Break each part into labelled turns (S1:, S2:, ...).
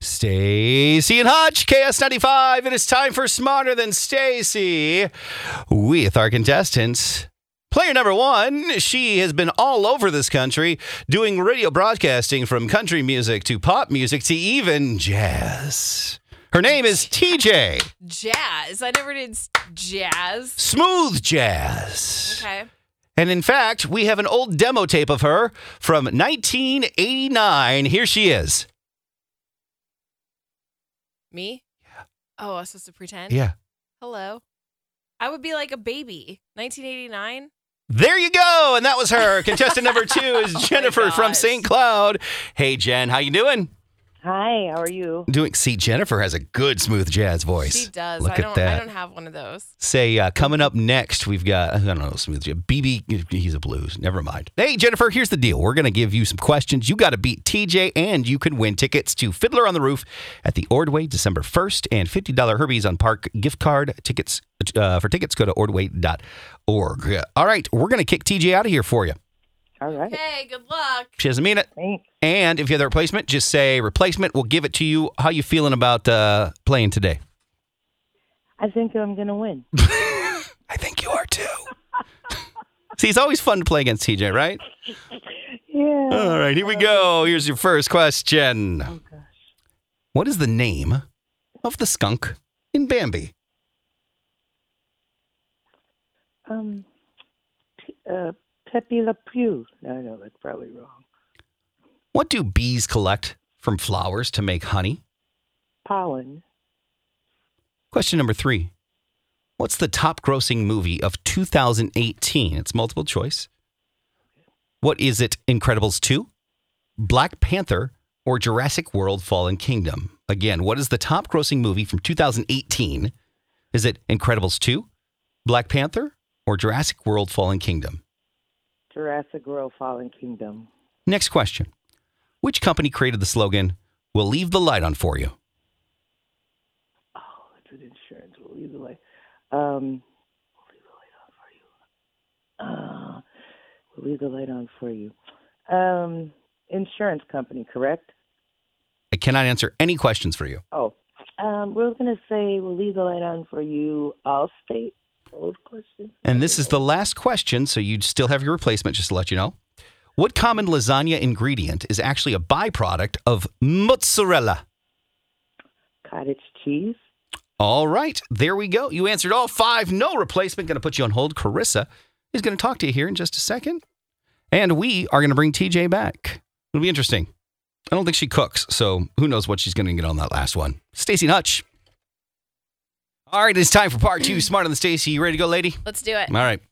S1: Stacy and Hutch, KS95. It is time for Smarter Than Stacy with our contestants. Player number one, she has been all over this country doing radio broadcasting from country music to pop music to even jazz. Her name is TJ,
S2: Jazz. I never did s- jazz.
S1: smooth jazz.
S2: Okay.
S1: And in fact, we have an old demo tape of her from 1989. Here she is.
S2: Me? Oh, I was supposed to pretend?
S1: Yeah.
S2: Hello. I would be like a baby. 1989?
S1: There you go. And that was her. Contestant number 2 is
S2: Oh my
S1: Jennifer from
S2: gosh.
S1: St. Cloud. Hey Jen, how you doing?
S3: Hi, how are you?
S1: Doing See Jennifer has a good smooth jazz voice.
S2: She does.
S1: Look
S2: I
S1: at
S2: don't
S1: that.
S2: I don't have one of those.
S1: Say uh, coming up next, we've got I don't know smooth jazz. BB he's a blues. Never mind. Hey Jennifer, here's the deal. We're going to give you some questions. You got to beat TJ and you can win tickets to Fiddler on the Roof at the Ordway December 1st and $50 Herbies on Park gift card tickets uh, for tickets go to ordway.org. All right, we're going to kick TJ out of here for you.
S3: All right,
S2: Hey, good luck.
S1: She doesn't mean it.
S3: thanks.
S1: And if you have the replacement, just say replacement. We'll give it to you. How you feeling about uh, playing today?
S3: I think I'm gonna win.
S1: I think you are too. See, it's always fun to play against TJ, right?
S3: Yeah.
S1: All right, here we go. Here's your first question.
S3: Oh gosh,
S1: What is the name of the skunk in Bambi?
S3: um, P- uh, Pepe Le Pew. No, no, that's probably wrong.
S1: What do bees collect from flowers to make honey?
S3: Pollen.
S1: Question number three. What's the top grossing movie of 2018? It's multiple choice. What is it, Incredibles 2, Black Panther, or Jurassic World Fallen Kingdom? Again, what is the top grossing movie from 2018? Is it Incredibles 2, Black Panther, or Jurassic World Fallen Kingdom?
S3: Jurassic World: Fallen Kingdom.
S1: Next question Which company created the slogan, We'll leave the light on for you?
S3: Oh, it's an insurance. We'll leave the light. Um, we'll leave the light on for you. Uh, we'll leave the light on for you. Um, insurance company, correct?
S1: I cannot answer any questions for you.
S3: Oh, um, we're gonna say we'll leave the light on for you. Allstate. Old question.
S1: And this is the last question, so you still have your replacement, just to let you know. What common lasagna ingredient is actually a byproduct of mozzarella?
S3: cottage cheese.
S1: All right, there we go. You answered all five. No replacement. Going to put you on hold. Carissa is going to talk to you here in just a second. And we are going to bring TJ back. It'll be interesting. I don't think she cooks, so who knows what she's going to get on that last one. Stacy Nutch. All right, it's time for part two. Smarter than Stacy. You ready to go, lady?
S2: Let's do it.
S1: All right.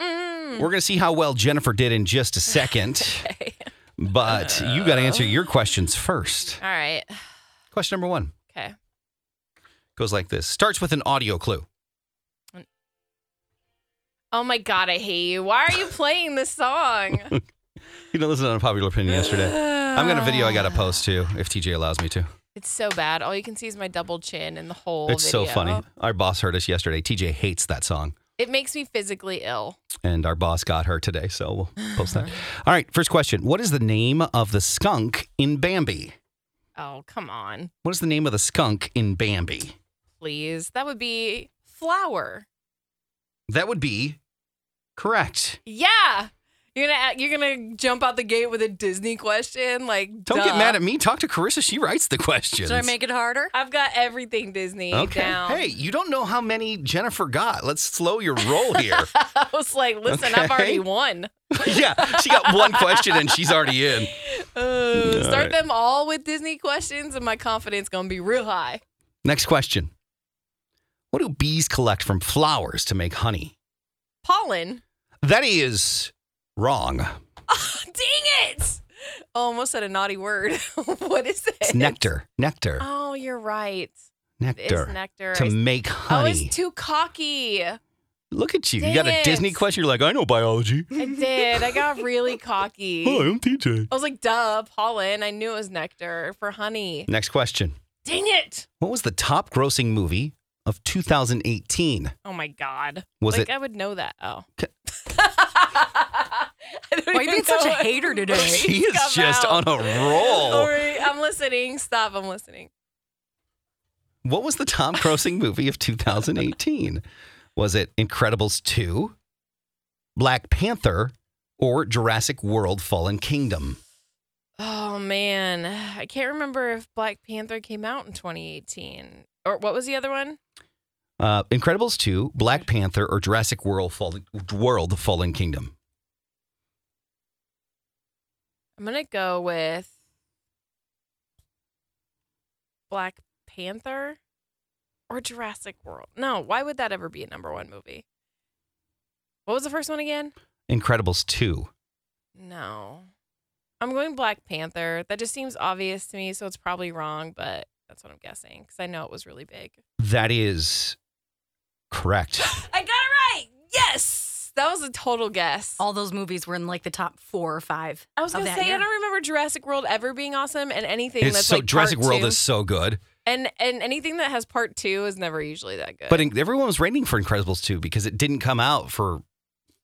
S2: Mm.
S1: We're going to see how well Jennifer did in just a second,
S2: Okay.
S1: but you got to answer your questions first.
S2: All right.
S1: Question number one
S2: Okay.
S1: goes like this starts with an audio clue.
S2: Oh my god, I hate you. Why are you playing this song?
S1: You know, this is an unpopular opinion yesterday. I've got a video I got to post too, if TJ allows me to.
S2: It's so bad. All you can see is my double chin and the whole
S1: it's so
S2: video.
S1: funny. Our boss heard us yesterday. TJ hates that song,
S2: It makes me physically ill.
S1: and our boss got her today, so we'll post that. All right, first question What is the name of the skunk in Bambi?
S2: Oh, come on.
S1: What is the name of the skunk in Bambi?
S2: Please. That would be flower.
S1: That would be correct.
S2: Yeah. You're gonna you're gonna jump out the gate with a Disney question, like
S1: Don't get mad at me. Talk to Carissa. She writes the questions.
S4: Should I make it harder?
S2: I've got everything Disney
S1: Okay.
S2: down.
S1: Hey, you don't know how many Jennifer got. Let's slow your roll here.
S2: I was like, listen, I've
S1: Okay.
S2: already won.
S1: yeah, she got one question and she's already in.
S2: Uh,
S1: All
S2: start
S1: right.
S2: them all with Disney questions, and my confidence gonna be real high.
S1: Next question. What do bees collect from flowers to make honey?
S2: Pollen.
S1: That is wrong.
S2: Oh, dang it! Oh, Almost said a naughty word. what is it?
S1: It's nectar. Nectar.
S2: Oh, you're right.
S1: nectar. Oh,
S2: It's nectar.
S1: To
S2: I-
S1: make
S2: I was
S1: honey.
S2: too cocky. I
S1: Look at you. You got a
S2: Dang it.
S1: Disney question. You're like, I know biology.
S2: did. I got really cocky.
S1: Hi, I'm TJ.
S2: I was like, duh, pollen. I knew it was nectar for honey.
S1: Next question.
S2: Dang it.
S1: What was the top grossing movie of 2018?
S2: Oh my God.
S1: Was
S2: like,
S1: it-
S2: I would know that. Oh. I don't
S4: Why are you
S2: even
S4: being such
S2: know
S4: a
S2: what-
S4: hater today?
S1: She is
S2: Come
S1: just
S2: out.
S1: on a roll.
S2: All right, I'm listening. Stop. I'm listening.
S1: What was the Tom grossing movie of 2018? Was it Incredibles 2, Black Panther, or Jurassic World Fallen Kingdom?
S2: Oh man, I can't remember if Black Panther came out in 2018 or what was the other one?
S1: Uh, Incredibles 2, Black Panther, or Jurassic World Fallen, World Fallen Kingdom?
S2: I'm gonna go with Black Panther or Jurassic World. No, why would that ever be a number one movie? What was the first one again?
S1: Incredibles 2.
S2: No, I'm going Black Panther. That just seems obvious to me, so it's probably wrong, but that's what I'm guessing because I know it was really big.
S1: That is correct.
S2: I got it right. Yes, that was a total guess.
S4: All those movies were in like the top four or five.
S2: I was
S4: of
S2: gonna
S4: that
S2: say
S4: year.
S2: I don't remember Jurassic World ever being awesome, and anything
S1: it's
S2: that's
S1: so
S2: like
S1: Jurassic
S2: part
S1: World
S2: two,
S1: is so good.
S2: and and anything that has part two is never usually that good.
S1: But in, everyone was rating for Incredibles 2 because it didn't come out for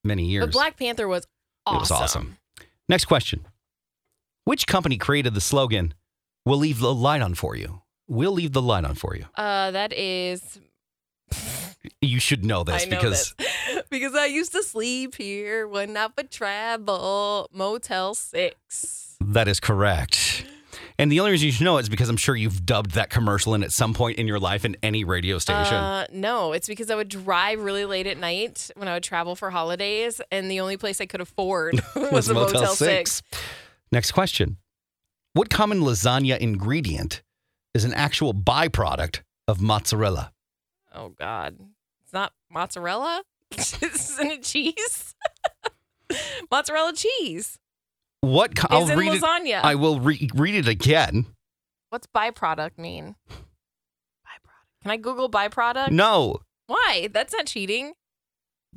S1: many years.
S2: But Black Panther was awesome.
S1: It was awesome. Next question. Which company created the slogan, We'll leave the light on for you? We'll leave the light on for you.
S2: Uh, that is.
S1: You should know this
S2: I know
S1: because
S2: this. because I used to sleep here when I would travel Motel Six.
S1: that is correct. And the only reason you should know it is because I'm sure you've dubbed that commercial in at some point in your life in any radio station.
S2: Uh, no, it's because I would drive really late at night when I would travel for holidays, and the only place I could afford was a Motel, Six.
S1: Next question. What common lasagna ingredient is an actual byproduct of mozzarella?
S2: Oh God, it's not mozzarella. Isn't it cheese? mozzarella cheese
S1: What co- I'll
S2: is in
S1: read it.
S2: lasagna.
S1: I will re- read it again.
S2: What's byproduct mean? Byproduct. Can I Google byproduct?
S1: No,
S2: Why? That's not cheating.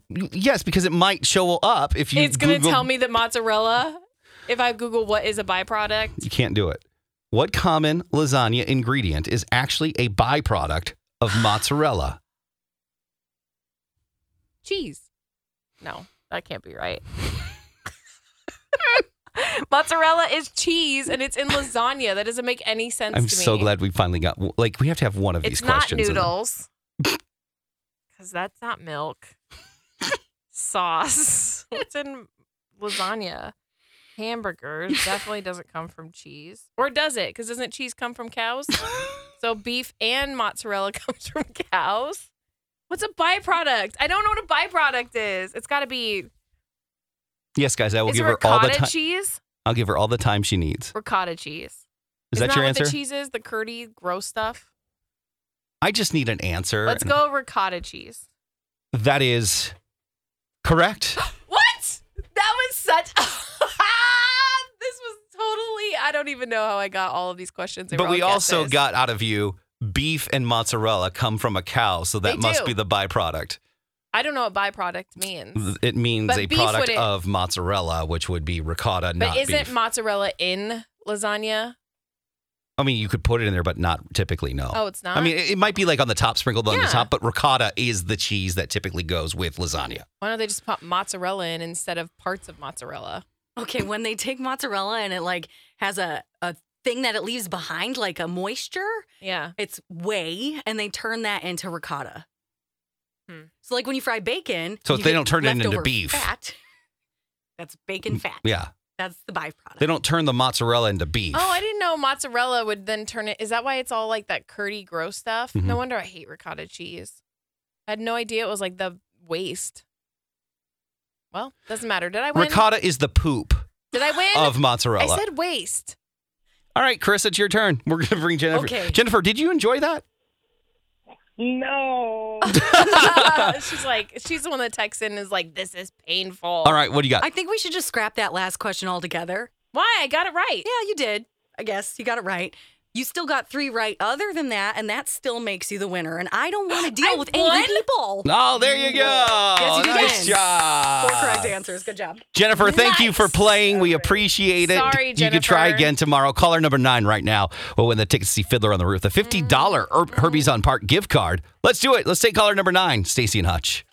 S1: Yes, because it might show up if you.
S2: it's going to
S1: Google-
S2: tell me that mozzarella. If I Google what is a byproduct,
S1: You can't do it. What common lasagna ingredient is actually a byproduct of mozzarella?
S2: cheese. No, that can't be right. mozzarella is cheese, and it's in lasagna. That doesn't make any sense.
S1: I'm
S2: to me.
S1: so glad we finally got. Like, we have to have one of
S2: It's
S1: these
S2: not
S1: questions. in there.
S2: noodles. Because that's not milk. Sauce. What's in lasagna? Hamburgers definitely doesn't come from cheese. Or does it? Because doesn't cheese come from cows? so beef and mozzarella comes from cows. What's a byproduct? I don't know what a byproduct is. It's got to be.
S1: Yes, guys, I will
S2: is it
S1: give her all the
S2: ricotta
S1: time.
S2: cheese?
S1: I'll give her all the time she needs.
S2: Ricotta cheese.
S1: Is
S2: Isn't
S1: that your
S2: what
S1: answer?
S2: The cheese is the curdy, gross stuff.
S1: I just need an answer.
S2: Let's go ricotta cheese.
S1: That is correct.
S2: What? That was such. this was totally. I don't even know how I got all of these questions. They were
S1: but we
S2: all
S1: also
S2: guesses.
S1: got out of you beef and mozzarella come from a cow, so that
S2: They
S1: must
S2: do.
S1: be the byproduct.
S2: I don't know what byproduct means.
S1: Th- It means
S2: But
S1: a
S2: beef
S1: product
S2: wouldn't-
S1: of mozzarella, which would be ricotta, not
S2: But isn't
S1: beef.
S2: mozzarella in lasagna?
S1: I mean, you could put it in there, but not typically. No.
S2: Oh, it's not.
S1: I mean, it, it might be like on the top, sprinkled on the
S2: Yeah.
S1: top, but ricotta is the cheese that typically goes with lasagna.
S2: why don't they just pop mozzarella in instead of parts of mozzarella?
S4: Okay, when they take mozzarella and it like has a, a thing that it leaves behind, like a moisture,
S2: Yeah.
S4: it's whey, and they turn that into ricotta.
S2: Hmm.
S4: So like when you fry bacon,
S1: So
S4: you
S1: they
S4: get
S1: don't turn it into
S4: leftover
S1: beef. Mm,
S4: Fat. That's bacon fat.
S1: Yeah,
S4: That's the byproduct.
S1: they don't turn the mozzarella into beef.
S2: Oh, I didn't know mozzarella would then turn it. Is that why it's all like that curdy, gross stuff?
S1: Mhm.
S2: No wonder I hate ricotta cheese. I had no idea it was like the waste. Well, doesn't matter. Did I win?
S1: Ricotta Oh, is the poop
S2: Did I win?
S1: of mozzarella.
S2: I said waste.
S1: All right, Chris, it's your turn. We're gonna bring Jennifer.
S4: Okay.
S1: Jennifer, did you enjoy that?
S3: No.
S2: she's like, she's the one that texts in and is like, this is painful.
S1: All right, what do you got?
S4: I think we should just scrap that last question altogether.
S2: Why? I got it right.
S4: Yeah, you did. I guess you got it right. You still got three right other than that, and that still makes you the winner. And I don't want to
S2: I
S4: deal with
S2: won?
S4: angry people.
S1: Oh, there you go.
S4: Yes, you did.
S1: Nice
S4: Four
S1: job.
S4: correct answers. Good job.
S1: Jennifer, thank you for
S2: Nice.
S1: playing. We appreciate it.
S2: Sorry,
S1: You can try
S2: Jennifer.
S1: again tomorrow. Caller number nine right now will win the ticket to see Fiddler on the Roof, the $50 Her- Herbie's on Park gift card. Let's do it. Let's take caller number nine, Stacy and Hutch.